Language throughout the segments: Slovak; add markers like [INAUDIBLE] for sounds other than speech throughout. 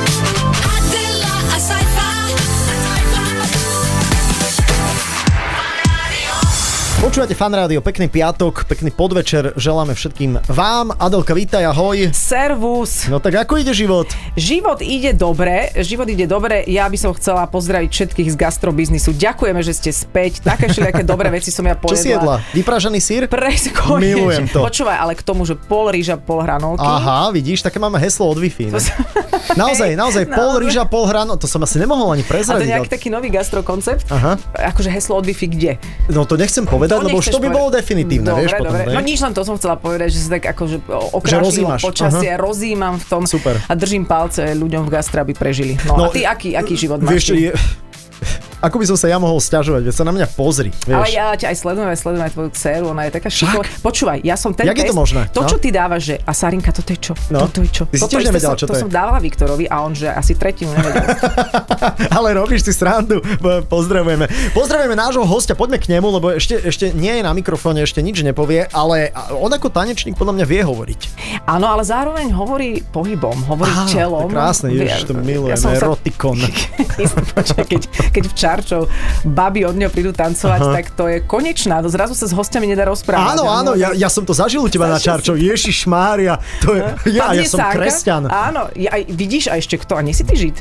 Adela a Saifa. Počúvate fan rádio, pekný piatok, pekný podvečer, želáme všetkým vám. Adelka, vítaj, ahoj. Servus. No tak ako ide život? Život ide dobre, život ide dobre. Ja by som chcela pozdraviť všetkých z gastrobiznisu. Ďakujeme, že ste späť. Také všelijaké dobré veci som ja [LAUGHS] Čo pojedla. si jedla? Vypražený sír? Presko. Milujem to. Počúvaj, ale k tomu, že pol rýža, pol hranolky. Aha, vidíš, také máme heslo od Wi-Fi. Ne? To sa- Naozaj, [LAUGHS] naozaj, Hej, pol naozaj. rýža, pol hrano, to som asi nemohol ani A to je prezradiť. nejaký ale- taký nový gastrokoncept. Aha. Akože heslo od Wi-Fi kde? No to nechcem povedať, lebo už nechceš to by povedať. bolo definitívne, dobre, vieš, potom, dobre. ne? No nič len to som chcela povedať, že sa tak akože okrašilo rozímaš, počasie, rozímam v tom Super. a držím palce ľuďom v gastra, aby prežili. No, No, a ty aký, aký život Vieš, máš? ty? je... [LAUGHS] Ako by som sa ja mohol sťažovať, veď sa na mňa pozri, Ale vieš. ja ťa aj sledujem, aj sledujem aj tvoju dceru, ona je taká šiková. Počúvaj, ja som ten Jak je test, to možné? to, čo No. ty dávaš, že a Sarinka, toto je čo? No. Toto je čo? Ty si tiež toto isté nevedela, som, čo to to je. som dávala Viktorovi a on, že asi no tretinu [LAUGHS] nevedel. Ale robíš si srandu, P- pozdravujeme. Pozdravujeme nášho hostia, poďme k nemu, lebo ešte, ešte nie je na mikrofóne, ešte nič nepovie, ale on ako tanečník podľa mňa vie hovoriť. Áno, ale zároveň hovorí pohybom, hovorí Á, telom. to je krásne, ježiš, to milujem, som sa- [LAUGHS] erotikon. Počkaj, keď, keď v Čarčov baby od neho prídu tancovať, tak to je konečná. To zrazu sa s hostiami nedá rozprávať. Áno, áno, ja, ja som to zažil u teba na Zažil Čarčov, Ježiš Mária, to je, ja, ja Padne som sáka. kresťan. Áno, ja, aj- vidíš a ešte kto, a nie si ty žid.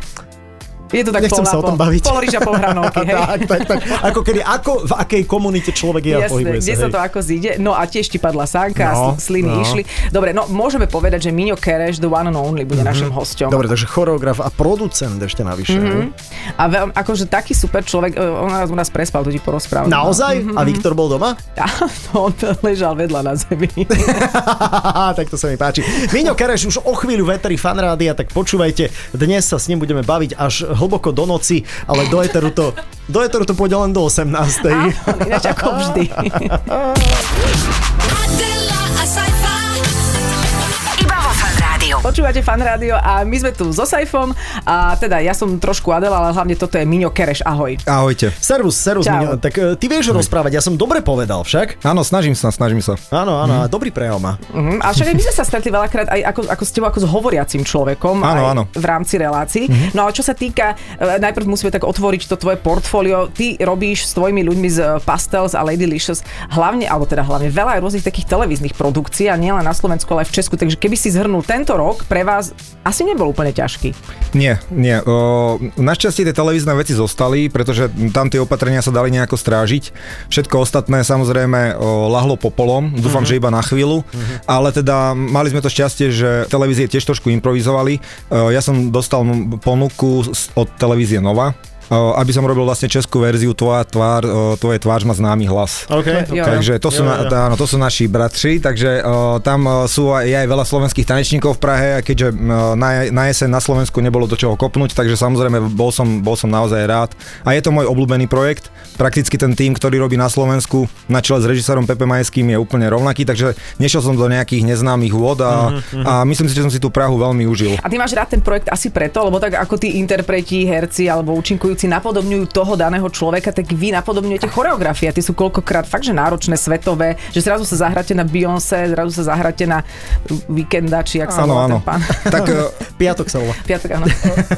Je to tak Nechcem pol na sa o tom pol. baviť. Pol ryža, pol hranolky, hej. [LAUGHS] tak, tak, tak. Ako kedy, ako, v akej komunite človek je a Jasné, pohybuje kde sa. sa hej. to ako zíde. No a tiež ti padla sánka, No, no, sliny no. no. išli. Dobre, no môžeme povedať, že Miňo Kereš, the one and only, bude mm-hmm. našim Mhm. hosťom. Dobre, takže choreograf a producent ešte navyše. Mhm. Mm-hmm. A veľ, akože taký super človek, e, on nás u nás prespal, to ti porozprávam. [LAUGHS] Naozaj? Mhm. Mm-hmm. A Viktor bol doma? Áno, on ležal vedľa na zemi. [LAUGHS] Aha, [LAUGHS] tak to sa mi páči. Miňo Kereš už o chvíľu vetri fanrádia, tak počúvajte. Dnes sa s ním budeme baviť až hlboko do noci, ale do eteru to, do eteru to pôjde len do 18. Ináč ako [LAUGHS] vždy. Adela a Saifa. Iba vo fan rádiu. Počúvate fan rádio a my sme tu so Saifom a teda ja som trošku Adela, ale hlavne toto je Miňo Kereš, ahoj. Ahojte. Servus, servus, Čau. Miňo. Tak e, ty vieš rozprávať, ja som dobre povedal však. Áno, snažím sa, snažím sa. Áno, áno, mm. dobrý prejav má. Mhm. A však aj my sme sa stretli veľakrát aj ako, ako s tebou, ako s hovoriacim človekom Áno, aj áno. Mhm. v rámci relácií. Mm-hmm. No a čo sa týka, e, najprv musíme tak otvoriť to tvoje portfólio. Ty robíš s tvojimi ľuďmi z e, Pastels a Ladylicious hlavne, alebo teda hlavne veľa rôznych takých televíznych produkcií a nielen na Slovensku, ale aj v Česku. Takže keby si zhrnul tento rok, pre vás asi nebol úplne ťažký. Nie, nie. O, našťastie tie televízne veci zostali, pretože tam tie opatrenia sa dali nejako strážiť. Všetko ostatné samozrejme o, lahlo popolom, dúfam, že iba na chvíľu, ale teda mali sme to šťastie, že televízie tiež trošku improvizovali. O, ja som dostal m- ponuku z- od televízie Nova, o, aby som robil vlastne českú verziu Tvoja tvár, o, tvoje tvář má známy hlas. OK. Jo, jo. Takže to sú, Jo, na, jo. tá, áno, to sú naši bratři, takže o, tam o, sú aj, je aj veľa slovenských tanečníkov v Prahe, a keďže m, na, na jeseň na Slovensku nebolo do čoho kopnúť, takže samozrejme bol som, bol som naozaj rád. A je to môj obľúbený projekt. Prakticky ten tým, ktorý robí na Slovensku na čele s režisérom Pepe Majským je úplne rovnaký, takže nešiel som do nejakých neznámych vôd a, Mhm, a myslím si, že som si tú Prahu veľmi užil. A ty máš rád ten projekt asi preto, lebo tak ako tí interpreti, herci alebo účinkujúci napodobňujú toho daného človeka, tak vy napodobňujete choreografie. A Tie sú koľkokrát fakt, že náročné, svetové, že zrazu sa zahráte na Beyoncé, zrazu sa zahráte na víkenda, či ak sa Áno, volá áno. ten pán. Tak o, [LAUGHS] Piatok sa volá. Piatok, [LAUGHS] áno.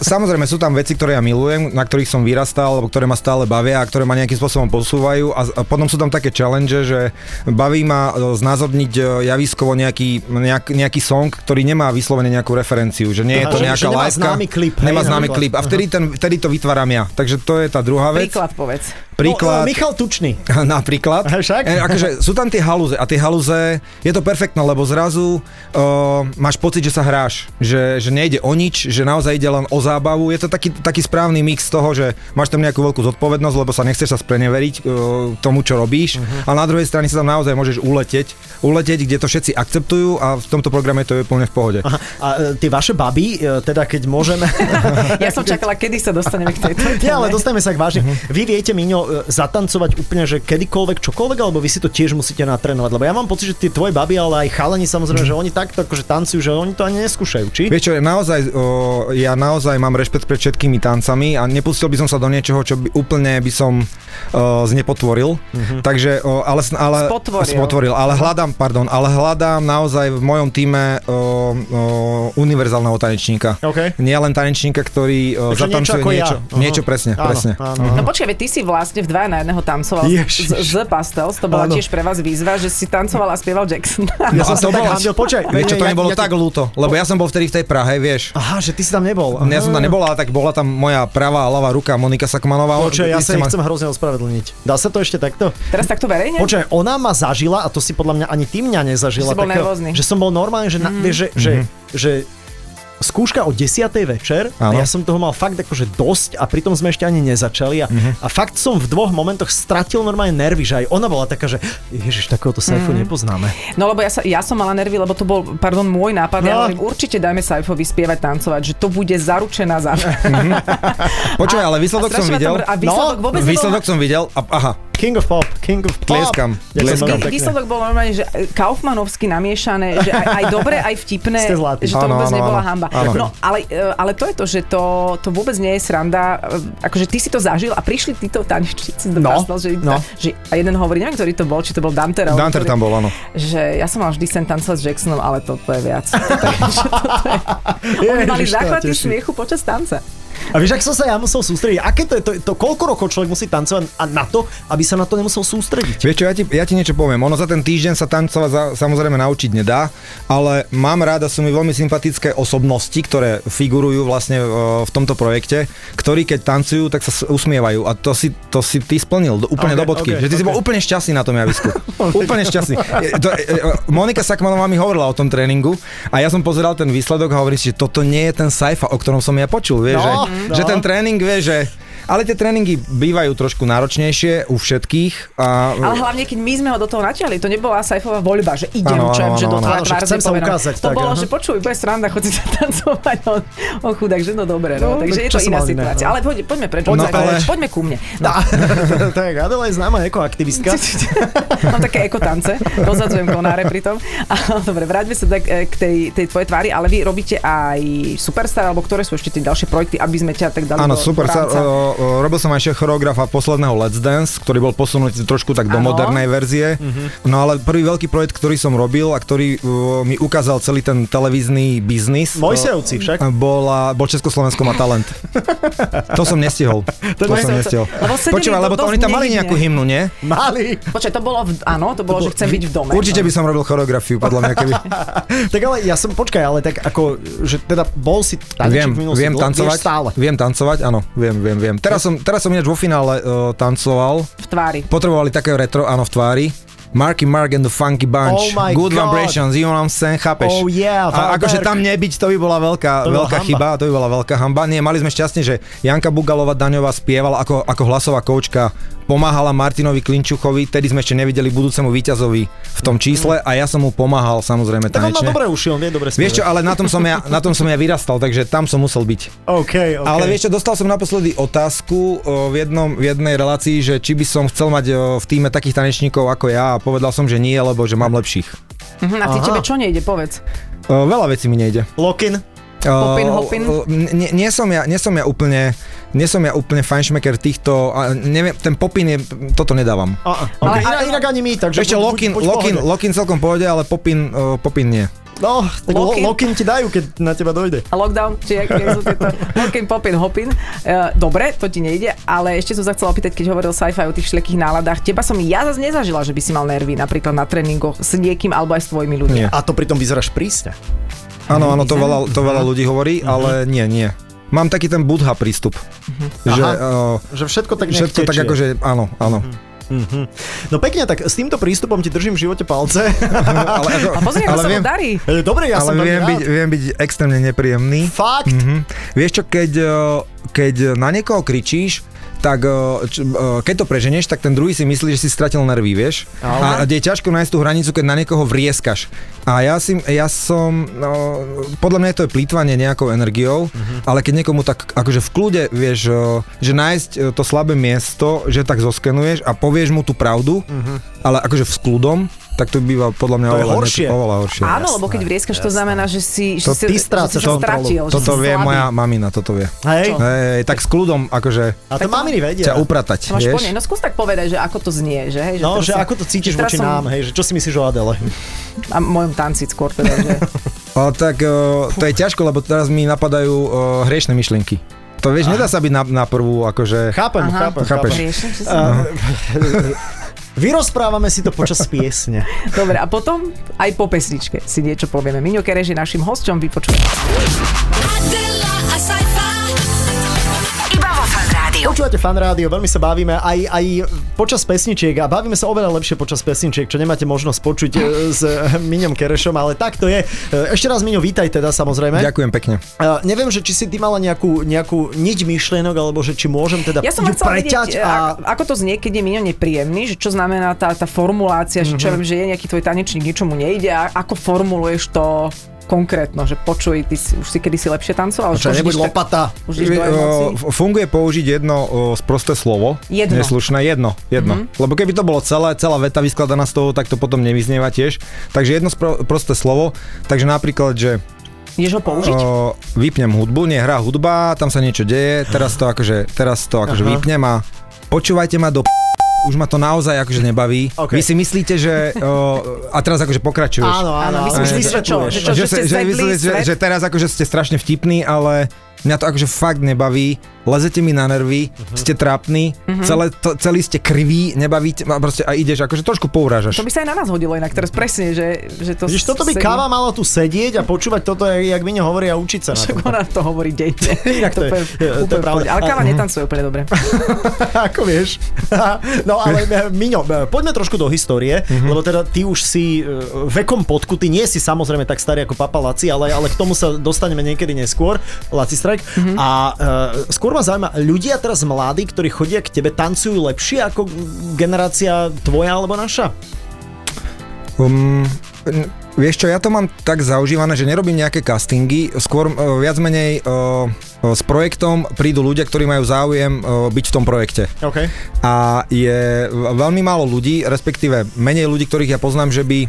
Samozrejme sú tam veci, ktoré ja milujem, na ktorých som vyrastal, alebo ktoré ma stále bavia a ktoré ma nejakým spôsobom posúvajú a, z- a potom sú tam také challenge, že baví ma e, znázorniť e, javiskovo nejaký, nejak, nejaký song, ktorý nemá vyslovene nejakú referenciu, že nie je Aha, to že- že nejaká nemá lajka, známy klip, hej, nemá známy napríklad. klip a vtedy, ten, vtedy to vytváram ja. Takže to je tá druhá vec. Príklad povedz. No, e, Príklad. Michal Tučný. [LAUGHS] Napríklad. A však? E, akože sú tam tie halúze a tie halúze, je to perfektné, lebo zrazu uh, máš pocit, že sa hráš, že, že nejde o nič, že naozaj ide len o zábavu. Je to taký, taký správny mix toho, že máš tam nejakú veľkú zodpovednosť, lebo sa nechceš sa spreneveriť uh, tomu, čo robíš, Mhm. uh-huh. ale na druhej strane sa tam naozaj môžeš uletieť, uletieť, kde to všetci akceptujú a v tomto programe to je úplne v [LAUGHS] pohode. Aha, a e, tie vaše baby, e, teda keď môžeme... Ja som čakala, kedy sa dostaneme k tejto Nie, ale téme. [LAUGHS] Mhm. dostaneme sa k vážne. Vy viete, Miňo, e, zatancovať úplne, že kedykoľvek, čokoľvek, alebo vy si to tiež musíte natrénovať? Lebo ja mám pocit, že tie tvoje baby, ale aj chalani samozrejme, že oni takto akože tancujú, že oni to ani neskúšajú, či? Mhm. Vieš čo, naozaj, o, ja naozaj mám rešpekt pred všetkými tancami a nepustil by som sa do niečoho, čo by úplne by som o, znepotvoril. Mhm. Mm-hmm. Takže, o, ale, s- ale... Spotvoril. Spotvoril, ale hľadám, pardon, ale hľadám naozaj v mojom týme o, o, univerzálneho tanečníka. OK. Nie len tanečníka, ktorý Takže o, niečo zatancuje ako ja. niečo. Aha. niečo presne, Áno, presne. áno. Mhm. No počkaj, veď ty si vlastne v dva na jedného tancoval Ježiš. z, z Pastels, to bola Áno. tiež pre vás výzva, že si tancoval a spieval Jackson. [LAUGHS] Ja som No sa a to tak bolo- hambil, počkaj, Vieš čo, nie, to ja- mi bolo ja ti- tak ľúto, lebo ja som bol vtedy v tej Prahe, vieš. Aha, že ty si tam nebol. Ja som tam nebola, ale tak bola tam moja pravá ľavá ruka Monika Sakmanová. Počkaj, ja Vy sa ste jej ma- chcem hrozne ospravedlniť. Dá sa to ešte takto? Teraz takto verejne? Počkaj, ona ma zažila, a to si podľa mňa ani ty mňa nezažila. Že si bol takého- nervózny. Mm-hmm. Že som bol normálne, že, na, vieš, že, že, že skúška o 10. večer a Mm-hmm. Áno. ja som toho mal fakt akože dosť a pritom sme ešte ani nezačali a, Mm-hmm. a fakt som v dvoch momentoch stratil normálne nervy, že aj ona bola taká, že ježiš, takéhoto sajfu nepoznáme. No lebo ja, sa, ja som mala nervy, lebo to bol, pardon, môj nápad. No. Ja hovorím, určite dajme Saifovi spievať, tancovať, že to bude zaručená [LAUGHS] za Počkaj, ale výsledok a som strašne ma videl. Tam, a výsledok No, vôbec Výsledok nebol... som videl a aha, King of pop, king of pop. Tlieskam, Ja som tlieskam. veľmi Vý- pekne. Výsledok bol normálne, že kaufmanovsky namiešané, že aj, aj dobre, aj vtipné, Ste zlatí. že to Áno, vôbec áno, nebola áno. hamba. Áno. No, ale, e, ale to je to, že to, to vôbec nie je sranda. E, Akože ty si to zažil a prišli títo tanečníci do No, Pastel, že, no. že, a jeden hovorí, neviem, ktorý to bol, či to bol Dante. Raul, Danter ktorý- tam bol, áno. že ja som mal vždy sen tancovať s Jacksonom, ale toto je viac. [LAUGHS] Toto je, že toto je. Oni mali Ježiš, to ma záchvaty teší. smiechu počas tanca. A vieš, ak som sa ja musel sústrediť? Aké to je? To, to koľko rokov človek musí tancovať a na to, aby sa na to nemusel sústrediť? Vieš čo, ja ti, ja ti niečo poviem. Ono za ten týždeň sa tancovať za, samozrejme naučiť nedá, ale mám ráda, sú mi veľmi sympatické osobnosti, ktoré figurujú vlastne e, v tomto projekte, ktorí keď tancujú, tak sa s- usmievajú. A to si, to si ty splnil do, Ok, úplne okay, do bodky. ok, Okay, že ty okay. si ok. bol úplne šťastný na tom [LAUGHS] javisku. úplne šťastný. E, to, e, e, Monika Sakmanová mi hovorila o tom tréningu a ja som pozeral ten výsledok a hovorím si, že toto nie je ten sajfa, o ktorom som ja počul. Vieš, No, no. že, že ten tréning vie, že... Ale tie tréningy bývajú trošku náročnejšie u všetkých. A, Ale hlavne, keď my sme ho do toho naťahli, to nebola Saifová voľba, že idem Áno, áno, čo, že áno, do áno. toho Áno, že tvár chcem sa zapomenom. ukázať, To tak, bolo, aha. že počuj, bude sranda, chodí sa tancovať, on, on chudák, že no dobre, no, No, takže tak je čo to som iná mal iné, situácia. no. Ale poď, poďme preč, Poďme poďme, preč. poďme ku mne. No. [LAUGHS] tak Adela je známa [LAUGHS] ekoaktivistka. [LAUGHS] Mám také ekotance, rozhadzujem konáre pritom. A, dobre, vráťme sa tak e, k tej, tej tvojej tvári, ale vy robíte aj Superstar, alebo ktoré sú ešte tie ďalšie projekty, aby sme ťa tak dali Áno, do super. Sa, rámca? o, o, robil som aj šéf choreografa posledného Let's Dance, ktorý bol posunutý trošku tak do Áno. modernej verzie. No ale prvý veľký projekt, ktorý som robil a ktorý o, mi ukázal celý ten televízny biznis. Mojsejovci však. o, Bola, bol Československo má talent. to som nestihol. To, Mojsejovce- som nestihol. lebo sedeli Počúvaj, to lebo to, dosť oni tam mali nevidne. nejakú hymnu, nie? Mali. Počkaj, to bolo, v, áno, to bolo, že chcem byť v dome. Určite by som robil choreografiu, podľa mňa, keby... Tak ale ja som, počkaj, ale tak ako, že teda bol si Viem, tanečník v minulosti. viem dlho- tancovať, vieš stále. viem tancovať, áno, viem, viem, viem. Teraz som, teraz som ináč vo finále uh, tancoval, v tvári. potrebovali také retro, áno, v tvári. Marky Mark and the Funky Oh Bunch. my Good God. vibrations, you know what I'm saying, chápeš? Oh yeah, A Valberg. akože tam nebyť, to by bola veľká, To bola veľká hamba. chyba, to by bola veľká hamba. Nie, mali sme šťastie, že Janka Bugalová Daňová spievala ako, ako hlasová koučka, pomáhala Martinovi Klinčuchovi, tedy sme ešte nevideli budúcemu víťazovi v tom čísle a ja som mu pomáhal samozrejme Tak on má tanečne. dobré uši, on vie dobre spievať. Vieš čo, ale na tom, som ja, na tom som ja vyrastal, takže tam som musel byť. OK, OK. Ale vieš čo, dostal som naposledy otázku o, v, jednom, v jednej relácii, že či by som chcel mať o, v týme takých tanečníkov ako ja a povedal som, že nie, lebo že mám lepších. Mhm, a ty Aha. tebe čo nejde, povedz. O, Veľa vecí mi nejde. Lokin. O, Hopin, hopin. o, n- Nie, nie, som ja, nie som ja úplne nie som ja úplne fanšmeker týchto, a neviem, ten popin je, toto nedávam. A, a, okay. Ale- inak, inak ani my, takže... Ešte buď- Lokin, buď v Lokin, pohode. Lokin celkom pohode, ale popin, o, popin nie. No, tak lo- Lokin. Lokin ti dajú, keď na teba dojde. A Lockdown, či jak, jak sú tieto Lokin, Popin, Hopin. E, dobre, to ti nejde, ale ešte som sa chcela opýtať, keď hovoril sci-fi o tých všelijakých náladách. Teba som ja zase nezažila, že by si mal nervy napríklad na tréningoch s niekým alebo aj s tvojimi ľuďmi. Nie. A to pritom vyzeráš prísne. Áno, áno, to Mhm. veľa, to veľa ľudí hovorí, ale nie, nie. Mám taký ten budha prístup, Mhm. že Aha. Mhm. o, Že všetko tak nech všetko tak tečie. akože, áno, áno. No pekne, tak s týmto prístupom ti držím v živote palce. [LAUGHS] ale, ako, A pozri, ako ale sa mu viem, darí. E, Dobre, ja ale som veľmi viem, byť, Mm. rád. viem byť extrémne nepríjemný. Fakt. Mhm. Vieš čo, keď, o, keď na e, niekoho kričíš, tak o, č, o, keď to preženeš, tak ten druhý si myslí, že si stratil nervy, vieš? A, a je ťažko nájsť tú hranicu, keď na niekoho vrieskaš. A ja, si, ja som, no, podľa mňa to je plýtvanie nejakou energiou, Mhm. ale keď niekomu tak akože v kľude, vieš, o, že nájsť o, to slabé miesto, že tak zoskenuješ a povieš mu tú pravdu, Mhm. ale akože v s kľudom, tak to býva podľa mňa To je oveľa, net- horšie. oveľa horšie. Áno, lebo keď vrieskaš, to znamená, že si, že To si, ty že si strácaš sa kontrolu. stratil. že Toto si vie slabý. moja mamina, toto vie. Hej, Hej, tak s kľudom akože No. a to maminy vedia. ťa upratať, To máš po nej. vieš? No skús tak povedať, že ako to znie, že? Hej, No, teraz že som- ako to cítiš že teraz voči som- nám, hej, že čo si myslíš o Adele? A mojom tanci skôr teda, že... Ale tak eh, to je ťažko, lebo teraz mi napadajú eh, hriešne myšlienky. To vieš, nedá sa byť na, na prvú, akože... Chápem, Aha. [LAUGHS] chápem, Chápeš. chápem. Riešim, že som... Uh, [LAUGHS] Vyrozprávame si to počas piesne. Dobre, a potom aj po pesničke si niečo povieme. Miňo Kereš je našim hosťom, vypočuj. Adela, a sci-fi. Iba vo Fan Rádiu. Počúvate fan rádio, veľmi sa bavíme aj, aj počas pesničiek a bavíme sa oveľa lepšie počas pesničiek, čo nemáte možnosť počuť e, s e, Miňom Kerešom, ale tak to je. E, Ešte raz Miňo, vítaj teda samozrejme. Ďakujem pekne. E, Neviem, že či si ty mala nejakú, nejakú niť myšlienok, alebo že či môžem teda Ja som ju len chcela preťať vedieť, a... ako to znie, keď je Miňo nepríjemný, že čo znamená tá, tá formulácia, že Mhm. čo ja viem, že je nejaký tvoj tanečník, ničomu nejde a ako formuluješ to konkrétno, že počuj, ty si, už si kedysi lepšie tancoval? Čo, už nebuď ideš tak- lopata. Už ideš do emócií? Eh, Funguje použiť jedno eh, sprosté slovo. Jedno. Neslušné, jedno. jedno. Mhm. Mm-hmm. Lebo keby to bolo celé, celá veta vyskladaná z toho, tak to potom nevyznieva tiež. Takže jedno spro- prosté slovo. Takže napríklad, že Ideš ho eh. použiť? O, vypnem hudbu, nie hrá hudba, tam sa niečo deje, teraz to akože, teraz to akože Aha. vypnem a počúvajte ma do p- už ma to naozaj akože nebaví. OK. Vy si myslíte, že... O, a teraz akože pokračuješ. Áno, áno, Áno, áno. myslím, že- vysvetľuješ. že čo, že, ste že, zvedli myslíte, že, svet? že teraz akože ste strašne vtipní, ale mňa to akože fakt nebaví, lezete mi na nervy, Mhm. ste trápni, celé, to, celý ste kriví, nebavíte ma proste a ideš akože trošku pourážaš. To by sa aj na nás hodilo inak teraz presne, že, že to... Vidíš, toto by sedí- káva mala tu sedieť a počúvať toto, jak, jak Miňo hovorí a učiť sa na [LAUGHS] Však tom. ona to hovorí denne. Inak to je- úplne, to je úplne v pravda. pohode. Ale káva A- netancuje úplne dobre. [LAUGHS] Ako vieš. [LAUGHS] No ale e, Miňo, e, poďme trošku do histórie, Mhm. mm-hmm. lebo teda ty už si e, vekom podku, ty nie si samozrejme tak starý ako Papa Laci, ale, ale k tomu sa dostaneme niekedy neskôr, Laci Strike. Mhm. Mm-hmm. A e, skôr ma zaujíma, ľudia teraz mladí, ktorí chodia k tebe, tancujú lepšie ako generácia tvoja alebo naša? Um, n- vieš čo, ja to mám tak zaužívané, že nerobím nejaké castingy, skôr uh, viac menej uh, s projektom prídu ľudia, ktorí majú záujem uh, byť v tom projekte. OK. A je v- veľmi málo ľudí, respektíve menej ľudí, ktorých ja poznám, že by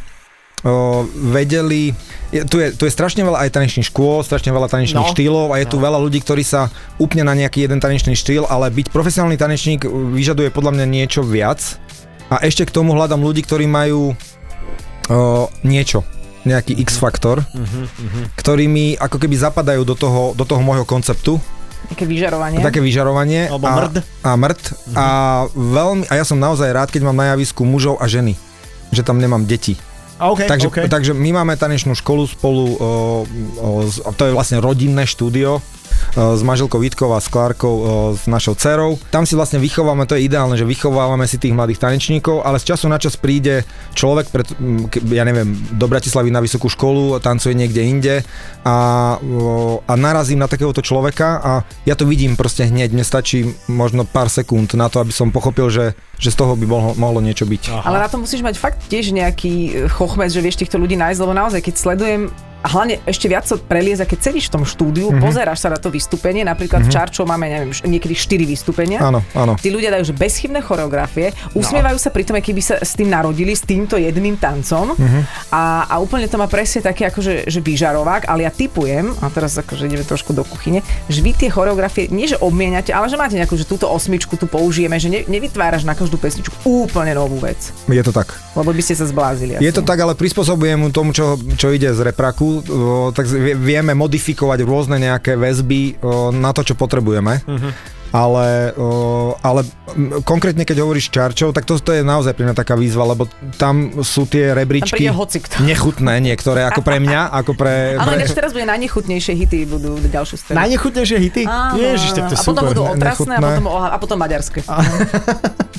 o, vedeli, je, tu, je, tu je strašne veľa aj tanečných škôl, strašne veľa tanečných No. no. štýlov a je tu veľa ľudí, ktorí sa upne na nejaký jeden tanečný štýl, ale byť profesionálny tanečník vyžaduje podľa mňa niečo viac a ešte k tomu hľadám ľudí, ktorí majú o, niečo, nejaký X-faktor, ktorí mi ako keby zapadajú do toho, do toho môjho konceptu Také vyžarovanie. Také vyžarovanie. Alebo a, mrd. Mhm. A mrd. A, veľmi, a ja som naozaj rád, keď mám na javisku mužov a ženy. Že tam nemám deti. OK, takže, OK. takže my máme tanečnú školu spolu, o, o, s- to je vlastne rodinné štúdio o, s manželkou Vítkou a s Klárkou, o, s našou dcerou. Tam si vlastne vychovávame, to je ideálne, že vychovávame si tých mladých tanečníkov, ale z času na čas príde človek, pred, m, ke- ja neviem, do Bratislavy na vysokú školu, tancuje niekde inde a, o, a narazím na takéhoto človeka a ja to vidím proste hneď, mne stačí možno pár sekúnd na to, aby som pochopil, že, že z toho by mohlo, mohlo niečo byť. Ale na to musíš mať fakt tiež nejaký eh, chochmec, že vieš týchto ľudí nájsť, lebo naozaj, keď sledujem a hlavne ešte viac sa prelieza, keď sedíš v tom štúdiu, mm-hmm. pozeráš sa na to vystúpenie, napríklad mm-hmm. v Čarčo máme, neviem, š- niekedy 4 vystúpenia. Áno, áno. Tí ľudia dajú že bezchybné choreografie, usmievajú sa pri tom, keby sa s tým narodili, s týmto jedným tancom a, a úplne to má presne také akože že vyžarovák, ale ja typujem, a teraz akože ideme trošku do kuchyne, že vy tie choreografie nie že obmieniate, ale že máte nejakú, že túto osmičku tu použijeme, že ne, nevytváraš na každú pesničku úplne novú vec, Je to tak. lebo by ste sa zblázili. Je asi. to tak, ale prispôsobujem mu tomu, čo, čo ide z repraku, o, tak vie- vieme modifikovať rôzne nejaké väzby o, na to, čo potrebujeme. Ale, o, ale m, konkrétne keď hovoríš čarčov, tak to, to je naozaj pre mňa taká výzva, lebo tam sú tie Tam rebríčky príde hocikto. nechutné niektoré, ako pre mňa, ako pre... [LAUGHS] Ale pre ináč teraz bude najnechutnejšie hity, budú ďalšiu scénu. Najnechutnejšie hity? Áno, Ježiš, tak to je áno. a potom super. budú ne- otrasné a nechutné. potom, oha- a potom maďarské.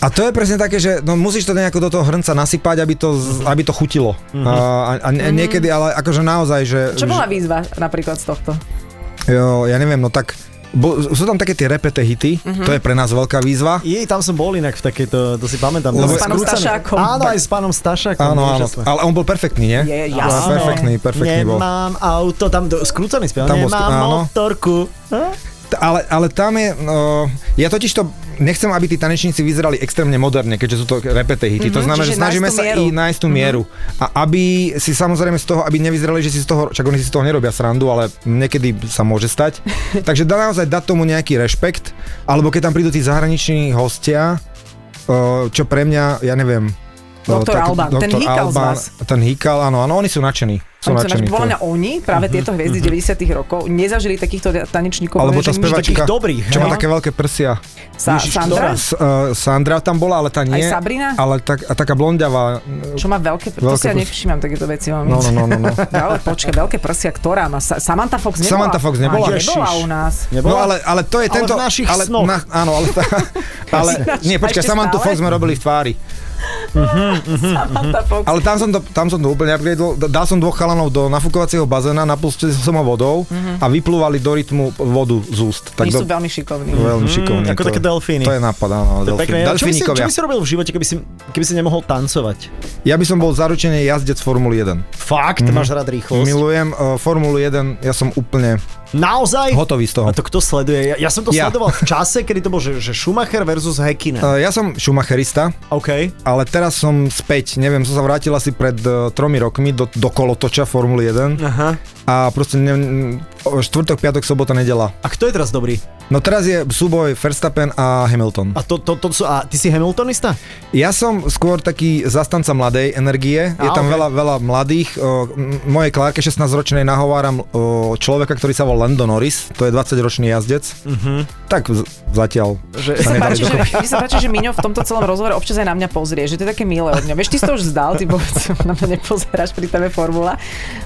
a to je presne také, že no, musíš to nejako do toho hrnca nasypať, aby to, z- aby to chutilo. A, a a niekedy, ale akože naozaj, že... Mhm. Čo že- bola výzva napríklad z tohto? Jo, ja neviem, no tak bo, sú tam také tie repete Mhm. hity, mm-hmm. to je pre nás veľká výzva. Jej, tam som bol inak v takejto, to si pamätám. Lebo- tam S pánom skrúcaný- Stašákom. Áno, aj s pánom Stašákom. Áno, áno, úžasné. ale on bol perfektný, nie? Je, Áno, jasné. Perfektný, perfektný bol. Nemám auto, tam do, skrúcaný spiev, Tam nemám bol skr- áno. motorku. Hm? Á? T- Ale, ale tam je, no, ja totiž to nechcem, aby tí tanečníci vyzerali extrémne moderne, keďže sú to repete hity. Mm-hmm, to Mhm, znamená, že čiže nájsť snažíme tú sa mieru. Mhm. i nájsť tú mieru. Mm-hmm. A aby si samozrejme z toho, aby nevyzerali, že si z toho, čak oni si z toho nerobia srandu, ale niekedy sa môže [LAUGHS] stať. Takže dá naozaj dať tomu nejaký rešpekt, alebo keď tam prídu tí zahraniční hostia, o, čo pre mňa, ja neviem, o, Doktor Alban. Ten doktor hýkal z Alban, vás. Ten hýkal, áno, áno, oni sú nadšení. Sú Oni sa nač- nadšení. podľa mňa to- Mhm, oni, práve tieto hviezdy 90 rokov, nezažili takýchto tanečníkov. Alebo pretože nič tá takých spevačka, takých dobrých, čo má hej? také veľké prsia. Sa, Ježiš, Sandra, Dobre, S, uh, Sandra tam bola, ale tá nie. Sabrina? Ale tak, a taká blondiavá. čo má veľké, to Veľké si ja prsia. nevšímam takéto veci. mám. No, no, no, no. no. [LAUGHS] Ale počkaj, veľké prsia, ktorá má? Sa- Samantha Fox nebola? Samantha Fox nebola? Á, nebola Ježiš. u nás. No ale, ale to je Ale tento... v našich snoch. áno, [LAUGHS] ale, tá, ale Ináč, nie, počkaj, ešte Samantu stále? Fox sme robili v tvári. Samantha Fox. Mhm. Ale tam som to, tam som to úplne upgradeol. D- Dal som dvoch chalanov do nafúkovacieho bazéna, napustil som ho vodou a vyplúvali do rytmu vodu z úst. Mhm. Oni do, sú veľmi šikovní. veľmi šikovní. Mhm. ako to- také delfíny. To je nápad, áno. To je pekné. delfín- Čo by, si, čo Delfínikovia. by si robil v živote, keby si, keby si nemohol tancovať? Ja by som bol zaručene jazdec Formuly 1. Fakt? Mhm. Mm. Máš rád rýchlosť? Milujem uh, Formulu 1, ja som úplne Naozaj? hotový z toho. A to kto sleduje? Ja, ja som to Ja. sledoval v čase, kedy to bol, že, že Schumacher versus Häkkinen. Uh, ja som Schumacherista, OK. ale teraz som späť, neviem, som sa vrátil asi pred uh, tromi rokmi do, do kolotoča Formuly 1 Aha. a proste ne, m, o, štvrtok, piatok, sobota, nedela. A kto je teraz dobrý? No teraz je súboj Verstappen a Hamilton. A, to, to, to sú, a ty si Hamiltonista? Ja som skôr taký zastanca mladej energie, je Á, tam ok. veľa, veľa mladých. O, m, mojej Klárke 16-ročnej nahováram o, človeka, ktorý sa volá Lando Norris, to je 20-ročný jazdec. Tak z- zatiaľ Že- [LAUGHS] sa Mne sa, nedali páči, že, dokopy. mne sa páči, že Miňo v tomto celom rozhovore občas aj na mňa pozrie, že to je také milé od mňa. Vieš, ty si to už zdal, ty vôbec [LAUGHS] na mňa nepozeráš pri tebe formula.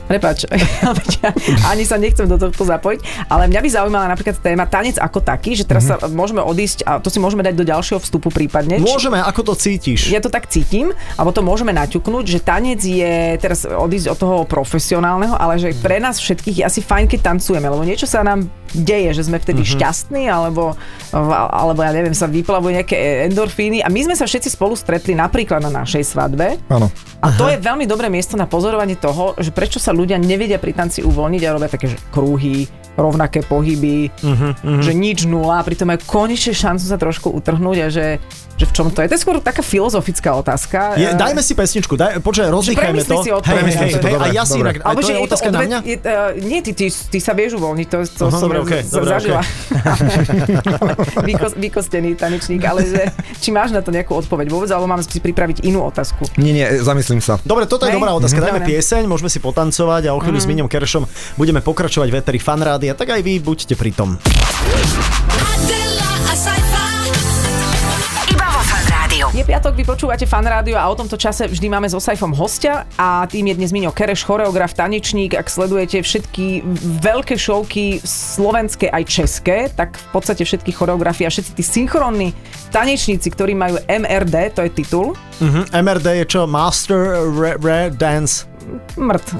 Prepač, [LAUGHS] ale ja ani sa nechcem do tohto zapojiť, ale mňa by zaujímala napríklad téma tanec ako taký, že teraz Mhm. sa môžeme odísť a to si môžeme dať do ďalšieho vstupu prípadne. Či- Môžeme, ako to cítiš? ja to tak cítim, alebo to môžeme naťuknúť, že tanec je, teraz odísť od toho profesionálneho, ale že pre nás všetkých je asi fajn, keď tancujeme, lebo niečo sa nám deje, že sme vtedy mm-hmm. šťastní, alebo, alebo ja neviem, sa vyplavujú nejaké e-, endorfíny a my sme sa všetci spolu stretli napríklad na našej svadbe Áno. a to je veľmi dobré miesto na pozorovanie toho, že prečo sa ľudia nevedia pri tanci uvoľniť a robia také že krúhy, rovnaké pohyby, Mhm, uh-huh, uh-huh. že nič nula, a pritom majú konečne šancu sa trošku utrhnúť a že, že v čom to je. To je skôr taká filozofická otázka. Je, Eh, dajme si pesničku, daj, počkaj, rozdýchajme premysli to. si o hej, tom. hej, Premyslím hej, si to, hej, a dobre, ja si dobre. inak, a alebo to že je je to otázka na odved, mňa? je, uh, nie, ty, ty, ty sa vieš uvoľniť, to, to Aha, som dobre, okej, z- dobre, zažila. [LAUGHS] Okay. Vykos, vykostený tanečník, ale že, či máš na to nejakú odpoveď vôbec, alebo mám si pripraviť inú otázku. Nie, nie, zamyslím sa. Dobre, toto je Hej? Mm. dobrá otázka. Dajme Dobre. pieseň, môžeme si potancovať a o chvíľu s Miňom Keršom budeme pokračovať v Eteri Fanrády a tak aj vy buďte pri tom. Adela, a Iba vo Fan Rádiu. Je piatok, vy počúvate fan rádio a o tomto čase vždy máme so Saifom hostia a tým je dnes Miňo Kereš, choreograf, tanečník. Ak sledujete všetky veľké šovky slovenské aj české, tak v podstate všetky choreografie a všetci tí synchronní tanečníci, ktorí majú MRD, to je titul, Mhm, MRD je čo? Master Re, re Dance. mrt. [LAUGHS]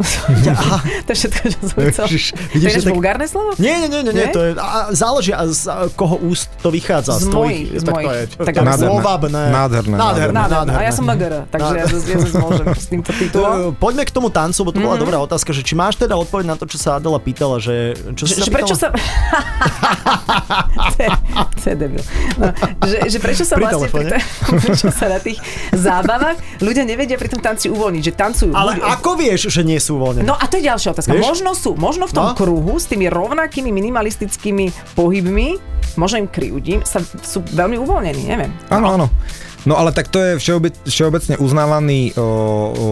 to je všetko, čo som chcel. Mhm. Ježiš, to vidíš, je že tak- tak... vulgárne slovo? Nie, nie, nie, nie, nie. Nie? to je, a, a záleží, a z a, koho úst to vychádza. Z mojich, z tak mojich. to je, Tak to je nádherné. zlovabné. Nádherné, Nádherné, Nádherné. nádherné. A ja som MGR, takže Nádherné. ja, ja sa zmôžem s týmto titulom. E, Poďme k tomu tancu, bo to Mhm. bola dobrá otázka, že či máš teda odpoveď na to, čo sa Adela pýtala, že... Čo si Že, že pýtala? prečo sa... [LAUGHS] to, je, to je debil. No, že, že prečo sa Pri vlastne pri, telefóne. [LAUGHS] prečo sa na tých zábavách ľudia nevedia pri tom tanci uvoľniť, že tancujú. Ale ľudia- ako vieš, že nie sú voľné? No a to je ďalšia otázka. Vieš? Vieš? Možno sú, možno v tom No. no? kruhu s tými rovnakými minimalistickými pohybmi, možno im kryjúdim, sa sú veľmi uvoľnení, neviem. Áno, áno. No ale tak to je všeobec, všeobecne uznávaný o, o,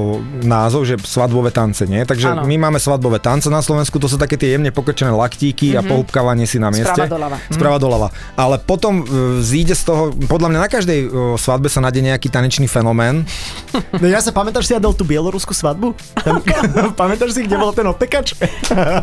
názov, že svadbové tance, nie? Takže Áno. ano. my máme svadbové tance na Slovensku, to sú také tie jemne pokrčené laktíky mm-hmm. a pohúbkávanie si na mieste. Mhm. Sprava Mhm. doľava. Sprava doľava. Ale potom e, zíde z toho, podľa mňa na každej o, svadbe sa nájde nejaký tanečný fenomén. No ja sa pamätáš si Adel tú bieloruskú svadbu? [LAUGHS] Tam, pamätáš si, kde bol ten opekač?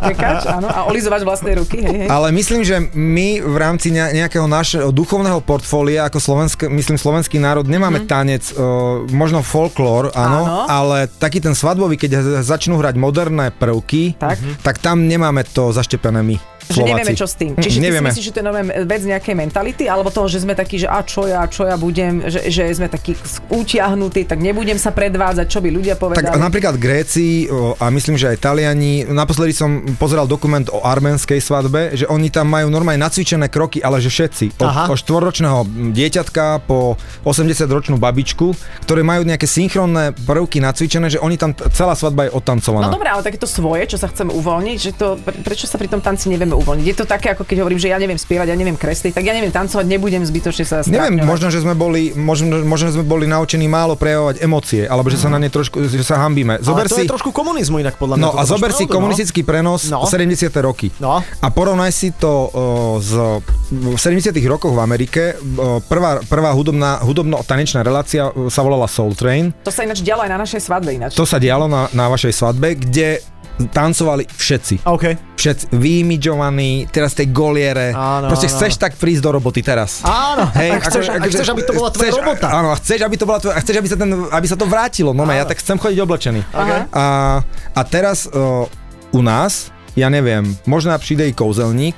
Pekáč, áno, a olizovač vlastnej ruky, hej, hej. Ale myslím, že my v rámci ne- nejakého našeho duchovného portfólia ako slovensk, myslím slovenský národ nemáme mm. tanec, uh, možno folklór, áno, Mhm. Áno. áno, ale taký ten svadbový, keď h- začnú hrať moderné prvky, Mhm. Tak. tak tam nemáme to zaštepené my. Že nevieme, Slováci. čo s tým. Mm, Čiže ty nevieme. si myslíš, že to je normálne vec nejakej mentality, alebo toho, že sme takí, že a čo ja, čo ja budem, že, že sme takí utiahnutí, tak nebudem sa predvádzať, čo by ľudia povedali. Tak napríklad Gréci o, a myslím, že aj Taliani, naposledy som pozeral dokument o arménskej svadbe, že oni tam majú normálne nacvičené kroky, ale že všetci. Aha. Od, od štvorročného dieťatka po 80-ročnú babičku, ktoré majú nejaké synchronné prvky nacvičené, že oni tam, celá svadba je No odtancovaná. dobre, ale takéto svoje, čo sa chceme uvoľniť, že to, pre- prečo sa pri tom tanci nevieme uvoľniť? Je to také, ako keď hovorím, že ja neviem spievať, ja neviem kresliť, tak ja neviem tancovať, nebudem zbytočne sa Neviem, strápňovať. možno, že sme boli, možno, možno, že sme boli naučení málo prejavovať emócie, alebo že sa na ne trošku, že sa Mhm. hambíme. Ale Zober to si, je trošku komunizmu inak podľa mňa. No toto a máš zober si pravdu, no. komunistický prenos No. no. 70. roky. No. A porovnaj si to o, z, v 70. rokoch v Amerike. O, prvá prvá hudobná, hudobno-tanečná relácia o, sa volala Soul Train. To sa ináč dialo aj na našej svadbe ináč. To sa dialo na, na vašej svadbe, kde tancovali všetci. OK. Všetci vyimidžovaní, teraz tej goliere. Áno, Proste áno, chceš tak prísť do roboty teraz. Áno, Hej, a chceš, akože- a akože- chceš, aby to bola tvoja chceš, robota. Áno, a chceš, aby to bola tvoja, a chceš, aby sa, ten, aby sa to vrátilo. No, ja tak chcem chodiť oblečený. Aha. A, a teraz o, u nás, ja neviem, možno príde i kouzelník,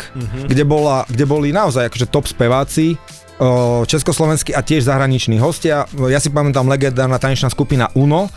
kde, bola, kde boli naozaj akože top speváci, o, československí a tiež zahraniční hostia. Ja si pamätám legendárna tanečná skupina UNO.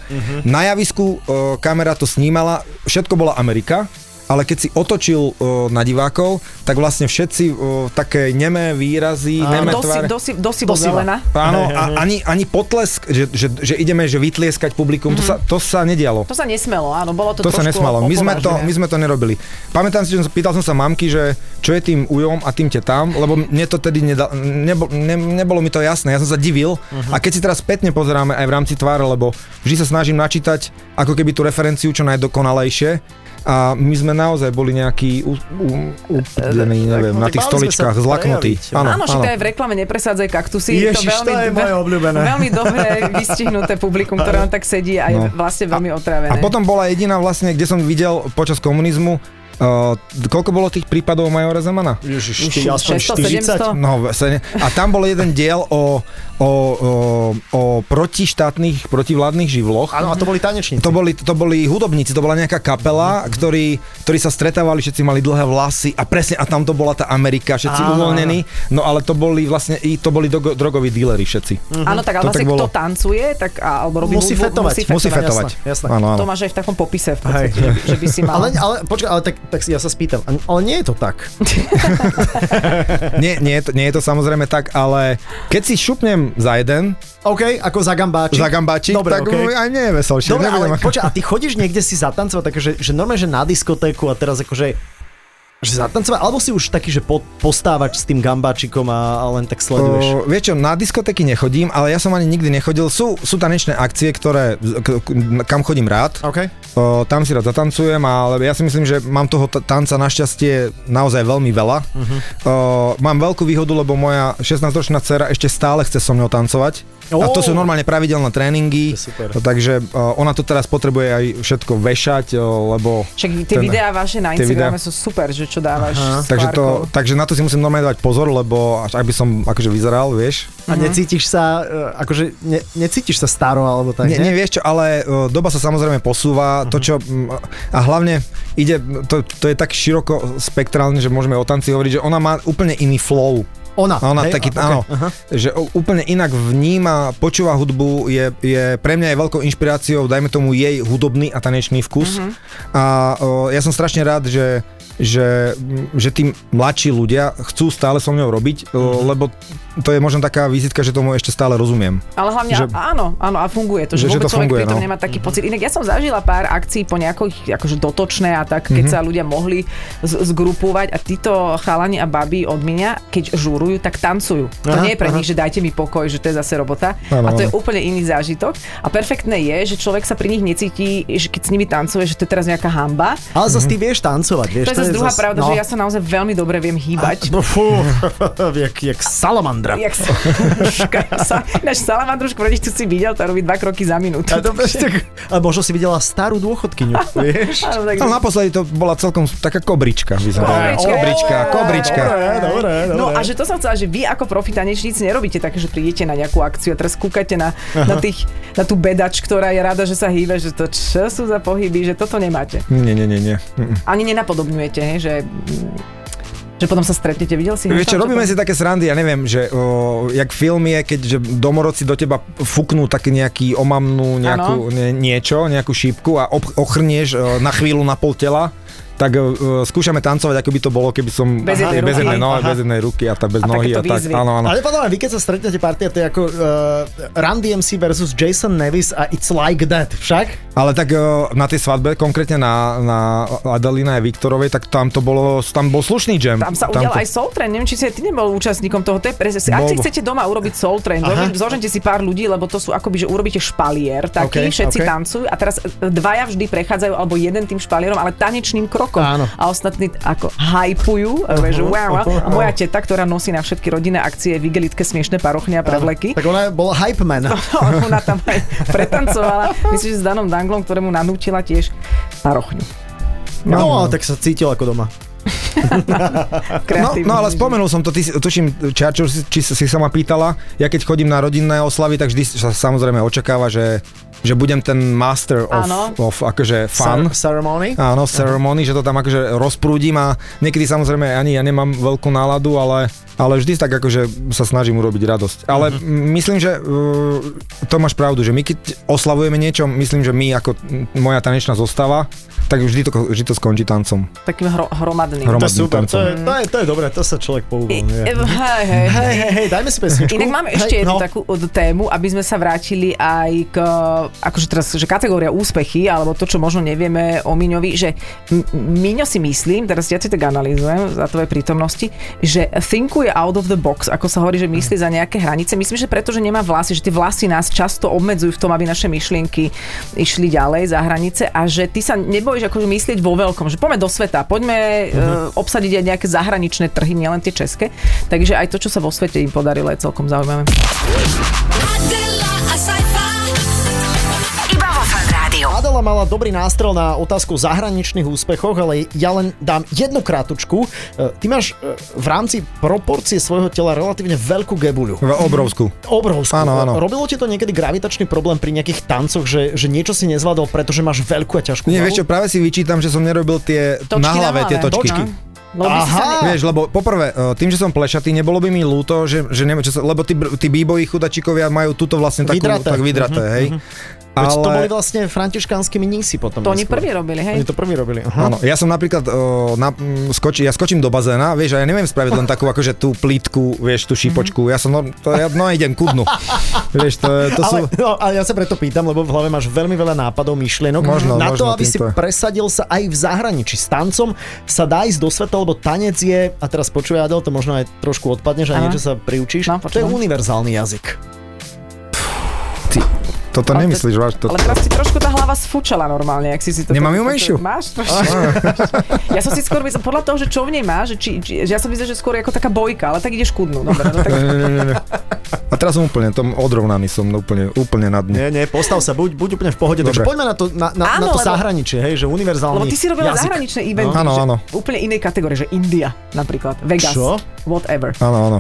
Na javisku o, kamera to snímala, všetko bola Amerika, ale keď si otočil o, na divákov, tak vlastne všetci o, také nemé výrazy, Áno. nemé dosi, tváre. dosi, dosi, bol Dosiva. zelená. Áno, a ani, ani potlesk, že, že, že ideme, že vytlieskať publikum, Mhm. to, sa, to sa nedialo. To sa nesmelo, áno, bolo to To sa trošku nesmalo. My sme to, my opovážené. sme to nerobili. Pamätám si, že som, pýtal som sa mamky, že čo je tým ujom a tým tetám, lebo mne to tedy nedal, nebo, ne, nebolo mi to jasné. Ja som sa divil. Mhm. Uh-huh. A keď si teraz spätne pozeráme aj v rámci tváre, lebo vždy sa snažím načítať ako keby tú referenciu čo najdokonalejšie. A my sme naozaj boli nejakí u- u- updení, neviem, no E, na tak tých mali sme stoličkách, sa zlaknutí. prejaviť. Áno, Áno, že áno. to aj v reklame nepresádzaj kaktusy. Ježiš, to je moje obľúbené. Veľmi dobre [LAUGHS] vystihnuté publikum, ktoré nám tak sedí a je No. vlastne veľmi otrávené. A potom bola jediná vlastne, kde som videl počas komunizmu, uh, koľko bolo tých prípadov Majora Zemana? Ježiš, ty Už aspoň 600, 40. 700? No, sa ne... A tam bol jeden diel o, o, o, o protištátnych, protivládnych živloch. Áno, a to boli tanečníci. To boli, to boli hudobníci, to bola nejaká kapela, Mhm. ktorí, ktorí sa stretávali, všetci mali dlhé vlasy a presne, a tam to bola tá Amerika, všetci Áno, uvoľnení, no ale to boli vlastne, i to boli dogo, drogoví díleri všetci. Mhm. Áno, tak ale Mhm. To tak vlastne kto bolo. tancuje, tak a- alebo robí Musí hudbu, fetovať, Musí Jasné, fetovať. jasné. Áno, áno. To máš aj v takom popise v podstate, Hej. že, by- že by [LAUGHS] si mal. Ale, ale počkaj, ale tak, tak si- ja sa spýtam, a- ale nie je to [LAUGHS] tak. Nie, nie, je to, nie je to samozrejme tak, ale keď si šupnem za jeden, OK, ako za gambáčik. za gambáčik, Dobre, tak okej. aj nie je veselšie. Dobre, nebudem ale ako- počkaj, a ty chodíš niekde si zatancovať, takže že, že normálne, že na diskotéku a teraz akože že zatancovať, alebo si už taký, že po, postávač s tým gambáčikom a, a len tak sleduješ. O, [LAUGHS] vieš čo, na diskotéky nechodím, ale ja som ani nikdy nechodil. Sú, sú tanečné akcie, ktoré, k, k, kam chodím rád. OK. O, tam si rád zatancujem, ale ja si myslím, že mám toho t- tanca našťastie naozaj veľmi veľa. Mhm. Uh-huh. O, mám veľkú výhodu, lebo moja 16-ročná dcera ešte stále chce so mnou tancovať. Oh. A to sú Ó. normálne pravidelné tréningy, To je super. takže o, ona to teraz potrebuje aj všetko vešať, o, lebo... Však tie ten- videá vaše na tie videá. Instagrame sú super, že čo dávaš s Takže, to, Klárkou. takže na to si musím normálne dať pozor, lebo až ak by som akože vyzeral, vieš, A Mhm. necítiš sa, e, akože ne, necítiš sa staro alebo tak, Nie, nie, vieš čo, ale e, doba sa samozrejme posúva, to čo, m, a hlavne ide, to, to je tak široko spektrálne, že môžeme o tanci hovoriť, že ona má úplne iný flow. Ona, A No, ona hej, taký, a- áno, okej, aha. že o- úplne inak vníma, počúva hudbu, je, je pre mňa je veľkou inšpiráciou, dajme tomu jej hudobný a tanečný vkus. Mhm. A o, ja som strašne rád, že, že, m, že tí mladší ľudia chcú stále so mňou Mhm. robiť, o, lebo to je možno taká vizitka, že tomu ešte stále rozumiem. Ale hlavne, že, že- áno, áno, a funguje to, že, že- že vôbec to človek funguje, pri tom no. nemá taký pocit. Inak ja som zažila pár akcií po nejakých, akože dotočné a tak, keď sa ľudia mohli z- zgrupovať a títo chalani a baby od mňa, keď žúrujú, tak tancujú. To Aha, nie je pre aha. nich, že dajte mi pokoj, že to je zase robota. Áno, a to je áno. úplne iný zážitok. A perfektné je, že človek sa pri nich necíti, že keď s nimi tancuje, že to je teraz nejaká hamba. Ale zase ty Mhm. vieš tancovať, vieš. To je zase druhá zas- pravda, že ja sa naozaj veľmi dobre viem hýbať. No fú, [LAUGHS] jak, jak salamandra. [LAUGHS] Jak sa, sa, náš salamandrušku rodičku si videl, tá robí dva kroky za minútu. [LAUGHS] A, to, [LAUGHS] tak, a možno si videla starú dôchodkyňu, [LAUGHS] vieš? Áno, tak- No naposledy to bola celkom taká kobrička. vyzerala. Kobrička. kobrička, kobrička. Dobre, dobre, dobre. No a že to som chcela, že vy ako profi tanečníci nerobíte také, že prídete na nejakú akciu a teraz kúkate na, na, tých, na tú bedač, ktorá je rada, že sa hýbe, že to čo sú za pohyby, že toto nemáte. Nie, nie, nie, nie. Mm, mm. Ani nenapodobňujete, hej, že mm, Že potom sa stretnete, videl si? ho Vieš čo, tam, že robíme potom- si také srandy, ja neviem, že o, jak film je, keďže domorodci do teba fúknú taký nejaký omamnú nejakú, ne, niečo, nejakú šípku a ob, ochrnieš o, na chvíľu na pol tela, tak o, skúšame tancovať, ako by to bolo, keby som Bez jednej ruky. bez jednej, no, Aha. bez jednej ruky a tak A bez nohy a takéto tak. výzvy. Áno, áno. Ale podľa mňa, vy keď sa stretnete partia, to je ako uh, Run DMC versus Jason Nevis a It's Like That, však? Ale tak o, na tej svadbe, konkrétne na, na Adelina a Viktorovej, tak tam to bolo, tam bol slušný jam. Tam sa udial aj Soul Train, neviem, či si aj ty nebol účastníkom toho, to je presne, ak Bol. si chcete doma urobiť Soul Train, Aha. zož- zožente si pár ľudí, lebo to sú akoby, že urobíte špalier OK, taký, všetci OK. tancujú a teraz e, dvaja vždy prechádzajú, alebo jeden tým špalierom, ale tanečným krokom. Áno. A ostatní t- ako hypujú, uh-huh, že wow. A moja teta, ktorá nosí na všetky rodinné akcie vigelitké smiešne parochne a prevleky, Tak ona bola hype man. [LAUGHS] ona tam aj pretancovala, myslím, že s Danom Danglom, ktorému nanútila tiež parochňu. No, tak sa cítil ako doma. No, Kreatívne. no ale spomenul som to, ty si, tuším, Čačo, si- či si sa ma pýtala, ja keď chodím na rodinné oslavy, tak vždy sa samozrejme očakáva, že, že budem ten master of, Áno. of akože fun. Cer- ceremony. Áno, ceremony, že to tam akože rozprúdim a niekedy samozrejme ani ja nemám veľkú náladu, ale, ale vždy tak akože sa snažím urobiť radosť. Ale Mhm. mm-hmm. myslím, že uh, to máš pravdu, že my keď oslavujeme niečo, myslím, že my ako m, moja tanečná zostava, tak vždy to, vždy to skončí tancom. Takým hro- hromadným. Hrom- To je super, Tancom. to je, to je, to je dobré, to sa človek I- pouvoľňuje. e, hej, hej, Hej, hej, hej, dajme si pesničku. Inak máme Hej, no. ešte jednu takú od tému, aby sme sa vrátili aj k, akože teraz, že kategória úspechy, alebo to, čo možno nevieme o Miňovi, že M- Miňo si myslím, teraz ja ti tak analýzujem za tvojej prítomnosti, že thinkuje out of the box, ako sa hovorí, že myslí za nejaké hranice. Myslím, že preto, že nemá vlasy, že tie vlasy nás často obmedzujú v tom, aby naše myšlienky išli ďalej za hranice a že ty sa nebojíš akože myslieť vo veľkom, že poďme do sveta, poďme uh-huh. obsadiť aj nejaké zahraničné trhy, nielen tie české. Takže aj to, čo sa vo svete im podarilo, je celkom zaujímavé. Adela, a sci-fi. Iba vo Fan Rádiu. Adela mala dobrý nástrel na otázku o zahraničných úspechoch, ale ja len dám jednu krátučku. E, Ty máš e, v rámci proporcie svojho tela relatívne veľkú gebuľu. V Mhm. obrovskú. Obrovskú. Áno, áno. Robilo ti to niekedy gravitačný problém pri nejakých tancoch, že, že niečo si nezvládol, pretože máš veľkú a ťažkú Nie, hlavu? vieš čo, práve si vyčítam, že som nerobil tie No. Točky na hlave tie točky. No. Lebo by si sa Aha. ne- Vieš, lebo poprvé, e, tým, že som plešatý, nebolo by mi ľúto, že, že neviem, čo sa, lebo tí, br- tí bíboji chudačikovia majú túto vlastne takú, Vydraté. Mhm, tak vydraté, hej. Veď to boli Ale, vlastne františkánskymi nísi potom. to oni neskôr. prvý robili, hej? Oni to prvý robili. Aha. áno, ja som napríklad, o, na, mm, skoči, ja skočím do bazéna, vieš, a ja neviem spraviť len takú, akože tú plítku, vieš, tú Mhm. šípočku, ja som, no, to, ja, no idem ku dnu. vieš, to, je- to sú... Ale, no, ale ja sa preto pýtam, lebo v hlave máš veľmi veľa nápadov, myšlienok. Možno, na to, možno aby si týmto je. presadil sa aj v zahraničí. S tancom sa dá ísť do sveta, lebo tanec je, a teraz počuj Adel, to možno aj trošku odpadneš a Áno. niečo sa priučíš. No, to je počúvam. univerzálny jazyk. Toto Ale- nemyslíš, váš, to... Ale teraz ti trošku tá hlava sfúčala normálne, ak si si to... Nemám ju to- to- menšiu. Máš trošku. ja som si skôr myslela, podľa toho, že čo v nej máš, že, či, či, že ja som myslela, že skôr je ako taká bojka, ale tak ideš kudnú. Dobre, no tak... Nie, nie, nie, nie. A teraz som úplne, tom odrovnaný som, no, úplne, úplne na dne. Nie, nie, postav sa, buď, buď úplne v pohode. Dobre. Takže poďme na to, na, na, na Áno, to lebo- zahraničie, hej, že univerzálny Lebo ty si robila jazyk. zahraničné eventy, No. Áno, že áno. úplne inej kategórie, že India napríklad, Vegas, Čo? whatever. Áno, áno.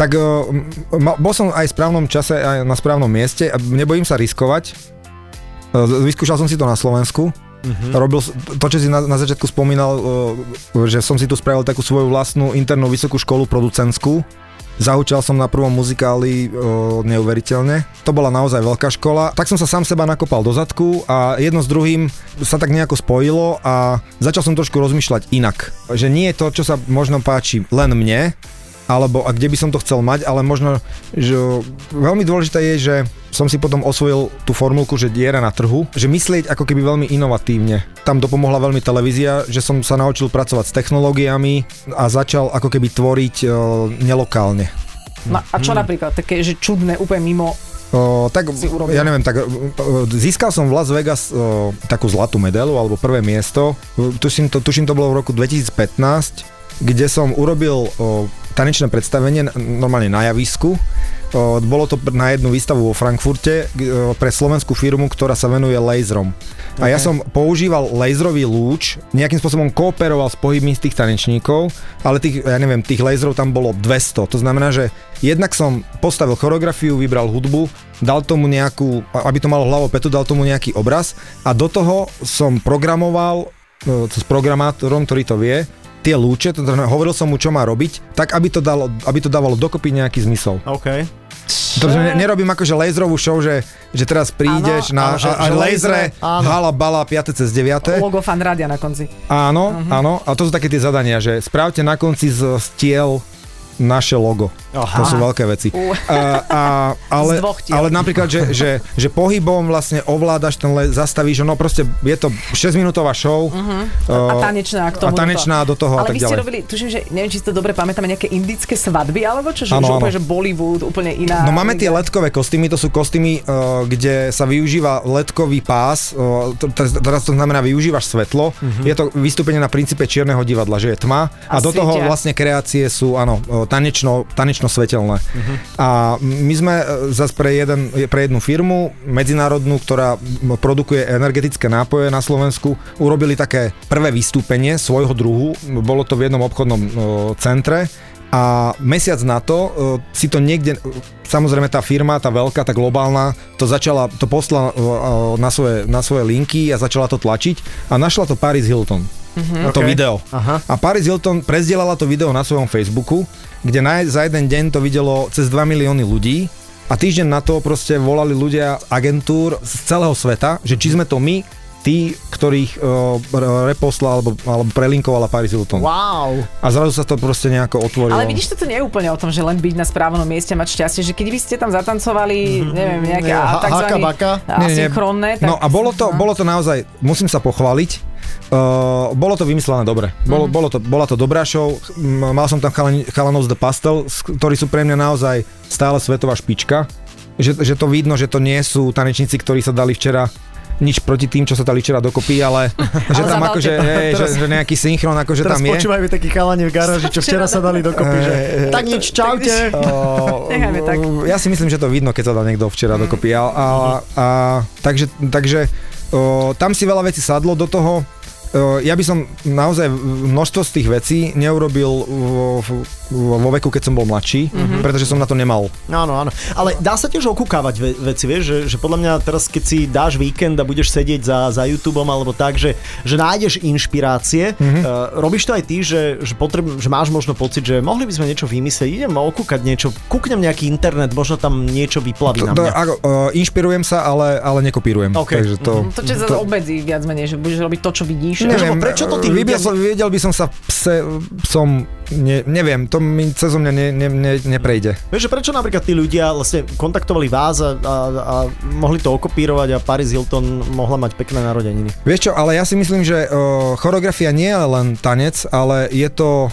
Tak o, m- ma- bol som aj v správnom čase, aj na správnom mieste. a Nebojím sa riskovať. E, z- Vyskúšal som si to na Slovensku. Mm-hmm. Robil, s- to, čo si na, na začiatku spomínal, e, že som si tu spravil takú svoju vlastnú internú vysokú školu producentskú. Zaučal som na prvom muzikáli e, neuveriteľne. To bola naozaj veľká škola. Tak som sa sám seba nakopal do zadku a jedno s druhým sa tak nejako spojilo a začal som trošku rozmýšľať inak. Že nie je to, čo sa možno páči len mne, alebo a kde by som to chcel mať, ale možno, že veľmi dôležité je, že som si potom osvojil tú formulku, že diera na trhu, že myslieť ako keby veľmi inovatívne. Tam dopomohla veľmi televízia, že som sa naučil pracovať s technológiami a začal ako keby tvoriť e, nelokálne. No a čo napríklad, také, že čudné, úplne mimo O, tak, Si urobil. ja neviem, tak o, o, získal som v Las Vegas o, takú zlatú medailu, alebo prvé miesto. O, Tuším to, tuším to bolo v roku 2015, kde som urobil o, tanečné predstavenie n- normálne na javisku. O, bolo to pr- na jednu výstavu vo Frankfurte k- o, pre slovenskú firmu, ktorá sa venuje laserom. A ja som používal laserový lúč, nejakým spôsobom kooperoval s pohybmi z tých tanečníkov, ale tých, ja neviem, tých laserov tam bolo 200. To znamená, že jednak som postavil choreografiu, vybral hudbu, dal tomu nejakú, aby to malo hlavu petu, dal tomu nejaký obraz a do toho som programoval e, s programátorom, ktorý to vie, tie lúče, to znamená, hovoril som mu, čo má robiť, tak aby to, dalo, aby to dávalo dokopy nejaký zmysel. OK. To sme, nerobím akože laserovú show, že, že teraz prídeš Áno, na áno, že- a, a že lasere, laser, áno. hala, bala, 5. cez 9. Logo fan rádia na konci. Áno, Mhm. áno. A to sú také tie zadania, že správte na konci z stiel naše logo. Aha. To sú veľké veci. U. A, [LAUGHS] a, ale, Z dvoch tiel. ale napríklad, že, že, že pohybom vlastne ovládaš ten le, zastavíš, no proste je to 6-minútová show. Mhm. A Uh, tanečná k tomu. A tanečná do toho a Ale tak vy ste ďalej. robili, tuším, že neviem, či si to dobre pamätáme, nejaké indické svadby, alebo čo? Že, Áno, ano, že áno. úplne, že Bollywood, úplne iná. No máme tie letkové kostýmy, to sú kostýmy, eh, kde sa využíva letkový pás, eh, t- t- teraz to znamená, využívaš svetlo, je to vystúpenie na princípe čierneho divadla, že je tma a, Mhm. A do toho svietia. vlastne kreácie sú, áno, eh, tanečno, tanečno-svetelné. A my sme zase pre, jeden, pre jednu firmu medzinárodnú, ktorá m, produkuje energetické nápoje na Slovensku, urobili také prvé vystúpenie svojho druhu, bolo to v jednom obchodnom eh, centre a mesiac na to e, si to niekde, e, samozrejme tá firma, tá veľká, tá globálna, to začala, to poslala e, e, na svoje, na svoje linky a začala to tlačiť a našla to Paris Hilton. Mm-hmm. To Ok. video. Aha. A Paris Hilton prezdielala to video na svojom Facebooku, kde na, za jeden deň to videlo cez 2 milióny ľudí a týždeň na to proste volali ľudia z agentúr z celého sveta, že či sme to my, tí, ktorých uh, reposla alebo, alebo prelinkovala Paris Hilton. Wow. A zrazu sa to proste nejako otvorilo. Ale vidíš, toto nie je úplne o tom, že len byť na správnom mieste a mať šťastie, že keď by ste tam zatancovali, neviem, nejaké Nie, a, ha- takzvané haka baka. asynchronné, tak... No a bolo to, No. bolo to naozaj, musím sa pochváliť, Uh, bolo to vymyslené dobre. Bolo, Mhm. bolo to, bola to dobrá show. M- Mal som tam chalani, chalanov z The Pastel, s- ktorí sú pre mňa naozaj stále svetová špička. Že, že to vidno, že to nie sú tanečníci, ktorí sa dali včera nič proti tým, čo sa dali včera dokopy, [LAUGHS] ale že Ale tam zabavte akože, to. hej, že, Teraz- že nejaký synchron akože Teraz tam je. Eh, počúvajú takí chalani v garáži, čo včera sa dali dokopy, že tak nič, čaute. O, Necháme tak. Ja si myslím, že to vidno, keď sa dá niekto včera mm. dokopy. A, a, a, takže takže o, tam si veľa vecí sadlo do toho. O, ja by som naozaj množstvo z tých vecí neurobil vo, vo, vo veku, keď som bol Mhm. mladší, mm-hmm. pretože som na to nemal. Áno, No, áno. Ale dá sa tiež okúkávať ve- veci, vieš, že, že podľa mňa teraz, keď si dáš víkend a budeš sedieť za, za YouTubeom alebo tak, že, že nájdeš inšpirácie, Mhm. mm-hmm. uh, robíš to aj ty, že, že, potreb, že máš možno pocit, že mohli by sme niečo vymyslieť, idem okúkať niečo, kúknem nejaký internet, možno tam niečo vyplaví na To- mňa. ako, o, inšpirujem sa, ale, ale nekopírujem. OK. Takže to, Mhm. To ťa zase obmedzí viac menej, že budeš robiť to, čo vidíš. Neviem, prečo to tí ľudia- vybiel som, vedel by som sa pse, psom, ne, neviem, to mi cez mňa ne, ne, ne, neprejde. Vieš, že prečo napríklad tí ľudia vlastne kontaktovali vás a, a, a mohli to okopírovať a Paris Hilton mohla mať pekné narodeniny? Vieš čo, ale ja si myslím, že uh, choreografia nie je len tanec, ale je to uh,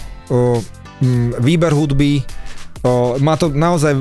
výber hudby, uh, má to naozaj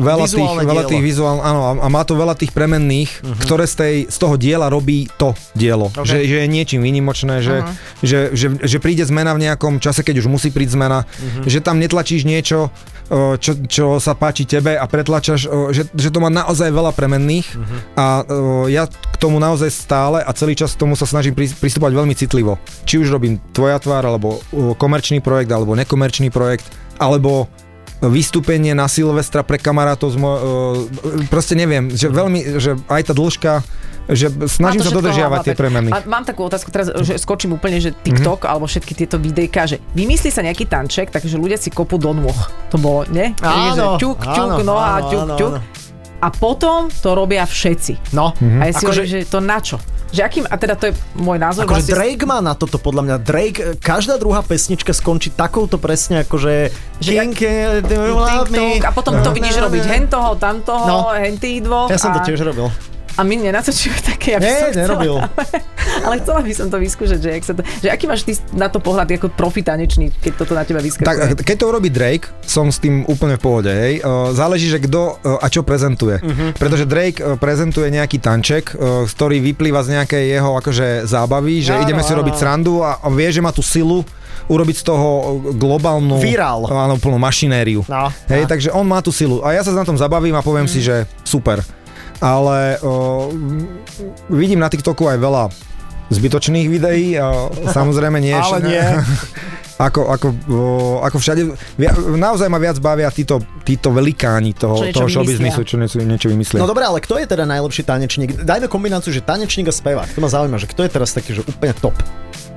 veľa tých, Vizuálne veľa dielo. tých vizuál, áno, a- a má to veľa tých premenných, uh-huh. ktoré z, tej, z toho diela robí to dielo. Ok. Že, že je niečím výnimočné, že, uh-huh. že, že, že príde zmena v nejakom čase, keď už musí prísť zmena, uh-huh. že tam netlačíš niečo, uh, čo, čo sa páči tebe a pretlačaš, uh, že, že to má naozaj veľa premenných uh-huh. a uh, ja k tomu naozaj stále a celý čas k tomu sa snažím prís- pristúpať veľmi citlivo. Či už robím tvoja tvár, alebo uh, komerčný projekt, alebo nekomerčný projekt, alebo vystúpenie na Silvestra pre kamarátov z mo- uh, proste neviem, že veľmi, že aj tá dĺžka, že Má snažím to sa všetko dodržiavať hlava, tie tak. premeny. A mám takú otázku teraz, že skočím úplne, že TikTok mm-hmm. alebo všetky tieto videjka, že vymyslí sa nejaký tanček, takže ľudia si kopú do nôh. To bolo, nie? Takže Áno, ťuk, ťuk, áno, noha, áno, ťuk, áno, ťuk. áno. A potom to robia všetci. No, A ja si Akože- akože, že to na čo? Že akým, a teda to je môj názor. Akože vlastne Drake má na toto podľa mňa. Drake, e, každá druhá pesnička skončí takouto presne akože Že King, eh, do you love me? TikTok, a potom No. to vidíš robiť hen toho, tam toho, No. no. hen tých dvoch. Ja som to a, tiež robil. A my nenatočíme také, ja by som Nie, chcela- nerobil. Ale chcela by som to vyskúšať, že, jak sa to, že aký máš ty na to pohľad ako profi tanečný, keď toto na teba vyskakuje. eh, Tak keď to urobí Drake, som s tým úplne v pohode, hej. Eh, Záleží, že kto eh, a čo prezentuje. Mhm. Pretože Drake eh, prezentuje nejaký tanček, eh, ktorý vyplýva z nejakej jeho akože zábavy, že Áno, ideme si áno. robiť srandu a a vie, že má tú silu urobiť z toho eh, globálnu... Virál. Áno, plnú mašinériu. No. Mhm. Hej, takže on má tú silu. A ja sa na tom zabavím a poviem si, že super. Ale o, vidím na TikToku aj veľa zbytočných videí, o, samozrejme [LAUGHS] nie. Ale nie. [LAUGHS] Ako, ako, o, ako všade, via, naozaj ma viac bavia títo, títo velikáni toho, Čo niečo toho showbiznisu, vymyslia. čo niečo, niečo vymyslia. No dobre, ale kto je teda najlepší tanečník? Dajme kombináciu, že tanečník a spevák. To ma zaujíma, že kto je teraz taký, že úplne top.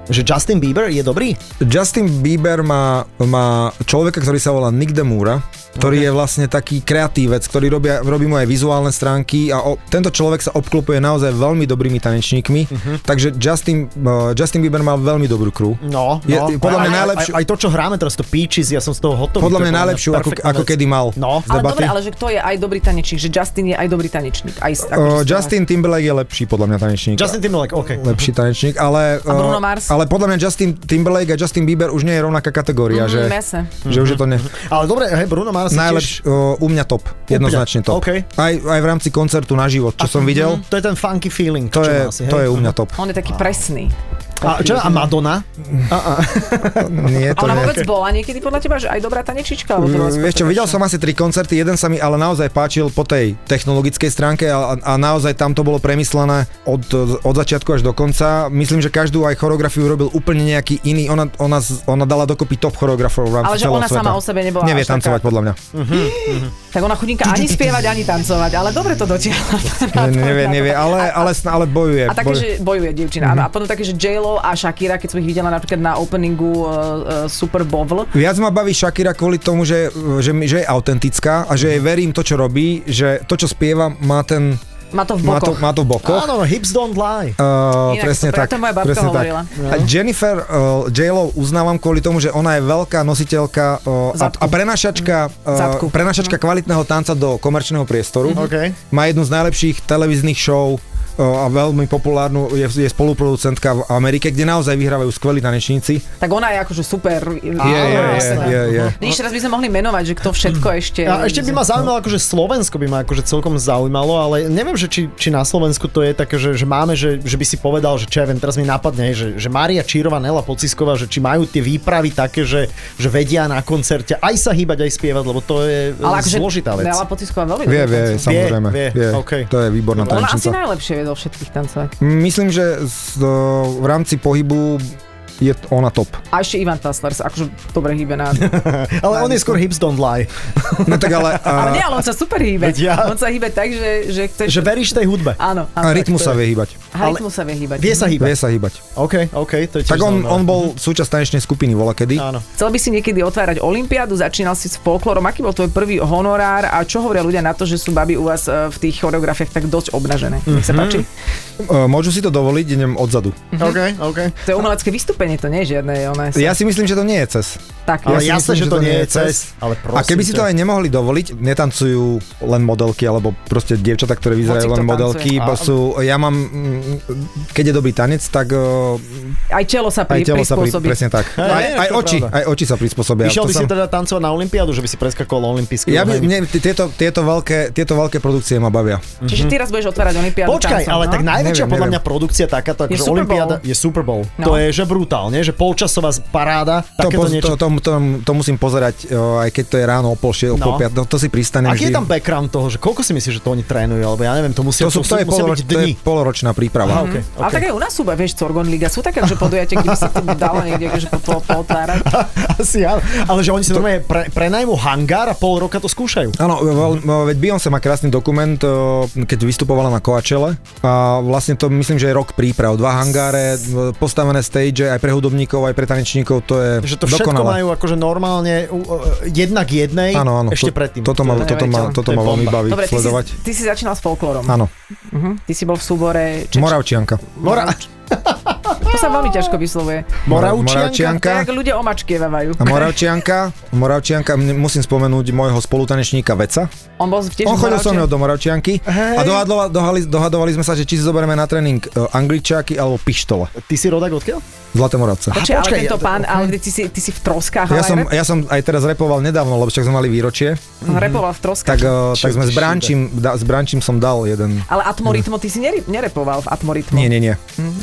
Že Justin Bieber je dobrý? Justin Bieber má, má človeka, ktorý sa volá Nick Demura, ktorý okay. je vlastne taký kreatívec, ktorý robia, robí mu aj vizuálne stránky a o, tento človek sa obklopuje naozaj veľmi dobrými tanečníkmi, uh-huh. takže Justin, uh, Justin Bieber má veľmi dobrú crew. No, no. Je- podľa Aj- mňa aj- najlepšiu- Aj, aj, to, čo hráme teraz, to Peaches, ja som z toho hotový. Podľa to je mňa najlepšiu, ako, perfektná ako vec. kedy mal. No. z Ale debaty. dobre, ale že kto je aj dobrý tanečník, že Justin je aj dobrý tanečník. Aj, Eh, s- akože Uh, z toho- Justin Timberlake je lepší podľa mňa tanečník. Justin Timberlake, OK. lepší tanečník, ale, A Bruno uh, Mars? ale podľa mňa Justin Timberlake a Justin Bieber už nie je rovnaká kategória, Mm, že, jasne. že už je to ne, Mhm. Ale dobre, hej, Bruno Mars je tiež... najlepš, uh, u mňa top, jednoznačne top. OK. Aj, aj v rámci koncertu na život, čo som videl, Mhm. To je ten funky feeling, to čo je, má asi, hej? to je u mňa [LAUGHS] top. On je taký presný. A, čo, a Madonna? A Nie, to ona nie. vôbec bola niekedy podľa teba, že aj dobrá tanečnička? Alebo to bola skôr Mm, Vieš čo, taká- videl som asi tri koncerty, jeden sa mi ale naozaj páčil po tej technologickej stránke a, a naozaj tam to bolo premyslené od, od začiatku až do konca. Myslím, že každú aj choreografiu robil úplne nejaký iný, ona, ona, z- ona dala dokopy top choreografov v rámci Ale že celého ona sveta. sama o sebe nebola Nevie až tancovať taká- podľa [LAUGHS] mňa. Tak ona chudinka ani spievať, ani tancovať, ale dobre to dotiahla. Ne- Nevie, nevie, ale, ale, sn- ale bojuje. A také, bojuje. že bojuje dievčina. Mhm. Mm-hmm. A potom také, že J-Lo a Shakira, keď som ich videla napríklad na openingu uh, uh, Super Bowl, Viac ma baví Shakira kvôli tomu, že, že, mi- že je autentická a že jej verím to, čo robí, že to, čo spieva, má ten... má to v Má to, bokoch. má to v bokoch. Áno, no, hips don't lie. Uh, Inak presne super, tak. to moja babka presne hovorila. No. Tak. A Jennifer uh, J-Lo uznávam kvôli tomu, že ona je veľká nositeľka uh, a, Zadku. Mm. a prenašačka, Zadku. Mm. uh, prenašačka kvalitného tanca do komerčného priestoru. OK. Má jednu z najlepších televíznych show uh, a veľmi populárnu je, je spoluproducentka v Amerike, kde naozaj vyhrávajú skvelí tanečníci. Tak ona je akože super. no, Je, je, Áno, je, jasné. je, je. Vidíš, teraz by sme mohli menovať, že kto všetko ešte... Mhm. A ešte by ma zaujímalo, akože Slovensko by ma akože celkom zaujímalo, ale neviem, že či, či na Slovensku to je také, že, že máme, že, že by si povedal, že čo ja viem, teraz mi napadne, že, že Mária Čírova, Nela Pocisková, že či majú tie výpravy také, že, že vedia na koncerte aj sa hýbať, aj spievať, lebo to je ale akože ale zložitá vec. Nela Potisková veľmi Vie, dobre vie, tancuje. samozrejme. vie, OK. To je výborná Ona asi tanečnica. najlepšie vie do všetkých tancovať. Myslím, že z, uh, v rámci pohybu je t- ona top. A ešte Ivan Taslers, akože dobre hýbe na... Ale on je skôr hips don't lie. No tak [LAUGHS] ale... Uh, Ale nie, ale on sa super hýbe. Veď ja. On sa hýbe tak, že, že chceš... Že veríš tej hudbe. Áno. áno a rytmu sa vie hýbať. A rytmu sa vie hýbať. Vie sa Vie hýbať. sa hýbať. OK, OK, to je tiež Tak on, zaujímavé. on bol súčasť tanečnej skupiny vola kedy. Áno. Chcel by si niekedy otvárať olympiádu, začínal si s folklórom. Aký bol tvoj prvý honorár a čo hovoria ľudia na to, že sú baby u vás e, v tých choreografiách tak dosť obnažené? Mhm. Nech sa páči. E, Môžu si to dovoliť, idem odzadu. OK, OK. To je umelecké vystúpenie, to nie je žiadne. Ona je Ja si myslím, že to nie je cez. tak. Ale jasné, si myslím, že to nie je cez. Ale A keby si to aj nemohli dovoliť, netancujú len modelky, alebo proste dievčatá, ktoré vyzerajú Hocikto len tancuje. modelky. A- bo Sú, ja mám, mm, keď je dobrý tanec, tak eh, Aj telo sa, aj pri, telo sa pri, prispôsobí. presne tak. Hej, Aj, je aj to oči, pravda. aj oči sa prispôsobia. Išiel To by si som- teda tancovať na olympiádu, že by si preskakol olympijský ja by, oheň? mne, t- tieto, tieto, veľké, tieto veľké produkcie ma bavia. Čiže ty raz budeš otvárať olympiádu Mhm. Počkaj, tancom, ale no? tak najväčšia Neviem, podľa neviem. mňa produkcia takáto, Je akože Super Bowl. Olympiáda je Super Bowl. No. To je že brutálne, že polčasová z- paráda, To, takéto poz- niečo. to, to, to, to musím pozerať, eh, aj keď to je ráno o pol, šie, o No. pol piat, no, to si pristane Aký vždy. je tam background toho, že koľko si myslíš, že to oni trénujú, alebo ja neviem, to musia, to, sú, to, je musia poloroč, byť to dni. je poloročná príprava. Aha, okay, Mhm. Ale tak okay. aj u nás sú, vieš, Corgon Liga, sú také, že podujatie, kde by sa to dalo niekde, že po, po, pootvárať. [LAUGHS] [LAUGHS] Asi áno. Ale že oni si normálne pre, prenajmú hangár a pol roka to skúšajú. Áno, veľ- Mhm. no, veď Beyoncé má krásny dokument, o, keď vystupovala na Coachelle a vlastne to myslím, že je rok príprav. Dva hangáre, v- postavené stage aj pre hudobníkov, aj pre tanečníkov, to je Že to všetko dokonalé. majú akože normálne u- u- jednak jednej áno, áno, ešte to, predtým. Toto ma, To je toto ma, neuveriteľné. toto To je ma veľmi bomba. baví Dobre, ty si, sledovať. ty si začínal s folklórom. Áno, Ty si bol v súbore... Čeč... Moravčianka. Mora, To sa veľmi ťažko vyslovuje. Moravčianka? To Moravčianka. je, ako ľudia omačkievajú. A Moravčianka, Moravčianka, mne- musím spomenúť môjho spolutanečníka Veca. On bol tiež On v chodil so Moravčianke. mnou do Moravčianky a dohadlo- dohali- dohadovali sme sa, že či si zoberieme na tréning e, angličáky alebo pištole. ty si rodak odkiaľ? Zlaté Moravce. Počkaj, ale počkaj, tento ja- pán, ale ty si, ty si v troskách, Ja ale som, rep- ja som aj teraz repoval nedávno, lebo však sme mali výročie, repoval v troskách. tak, uh, tak sme s šíbe. Brančím, da, s Brančím som dal jeden. Ale Atmoritmo, ty si neri- nerepoval v Atmoritmo. Nie, nie, nie.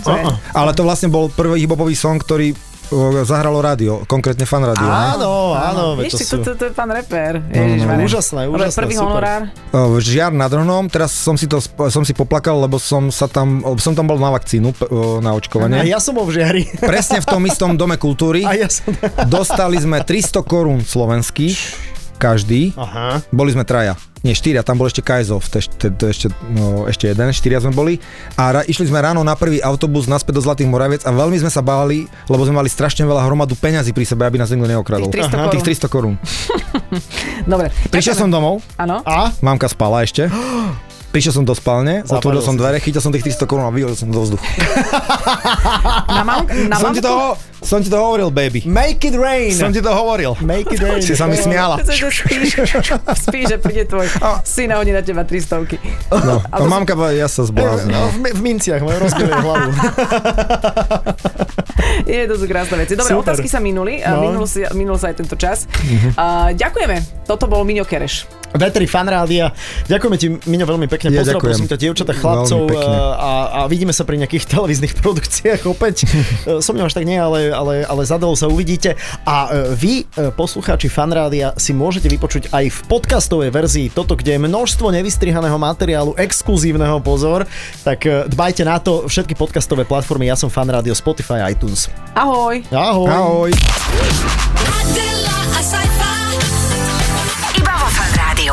To je- Ale to vlastne bol prvý hiphopový song, ktorý uh, zahralo rádio, konkrétne fan rádio. ne? Áno, áno, veď to Vieš, sú. to, to, to je pán reper. no, Ježišmarja. úžasné, Ale úžasné, Prvý super. honorár. Uh, Žiar nad Hronom, teraz som si to sp- som si poplakal, lebo som sa tam, uh, som tam bol na vakcínu, p- uh, na A očkovanie. ja som bol v žiari. Presne v tom istom dome kultúry. A ja som... Dostali sme 300 korún slovenských každý. Aha. Boli sme traja. Nie, štyria, tam bol ešte Kajzov, to, ešte- to, to ešte, no, ešte jeden, štyria sme boli. A ra, išli sme ráno na prvý autobus naspäť do Zlatých Moraviec a veľmi sme sa báli, lebo sme mali strašne veľa hromadu peňazí pri sebe, aby nás nikto neokradol. Tých 300 Aha. korún. Tých 300 korún. Dobre. Prišiel som domov, Áno. A? mamka spala [GASPS] ešte. Prišiel som do spálne, Zapadol otvoril som si. dvere, chytil som tých 300 korún a vyhodil som do vzduchu. Na, [LAUGHS] mam, na Som ti, [LAUGHS] to, ho- som ti to hovoril, baby. Make it rain. Som ti to hovoril. Make it rain. Si sa [LAUGHS] mi smiala. Že spíš, spíš, že príde tvoj syn a oni na teba 300. No, A a to E, mamka, povedala, ja [LAUGHS] sa zbláznil. V, v minciach, majú rozbili hlavu. [LAUGHS] Je to sú krásne veci. Dobre, Super. Super. otázky sa minuli. No. No. Minul, si, minul sa aj tento čas. Mhm. Uh, ďakujeme. Toto bol Miňo Kereš. Vetri fanrádia. Ďakujeme ti, Miňo, veľmi pekne. Ja Pozdrav, ďakujem. prosím ťa, dievčatá, Veľmi chlapcov pekne. eh, a, a, vidíme sa pri nejakých [LAUGHS] televíznych produkciách [LAUGHS] opäť. Eh, So mňou až tak nie, ale, ale, ale za dlho sa uvidíte. A eh, vy, eh, poslucháči fanrádia, si môžete vypočuť aj v podcastovej verzii toto, kde je množstvo nevystrihaného materiálu, exkluzívneho pozor. Tak eh, dbajte na to, všetky podcastové platformy, ja som fanrádio, Spotify, iTunes. Ahoj. Ahoj. Ahoj. Adela, a Iba vo Fan Rádiu.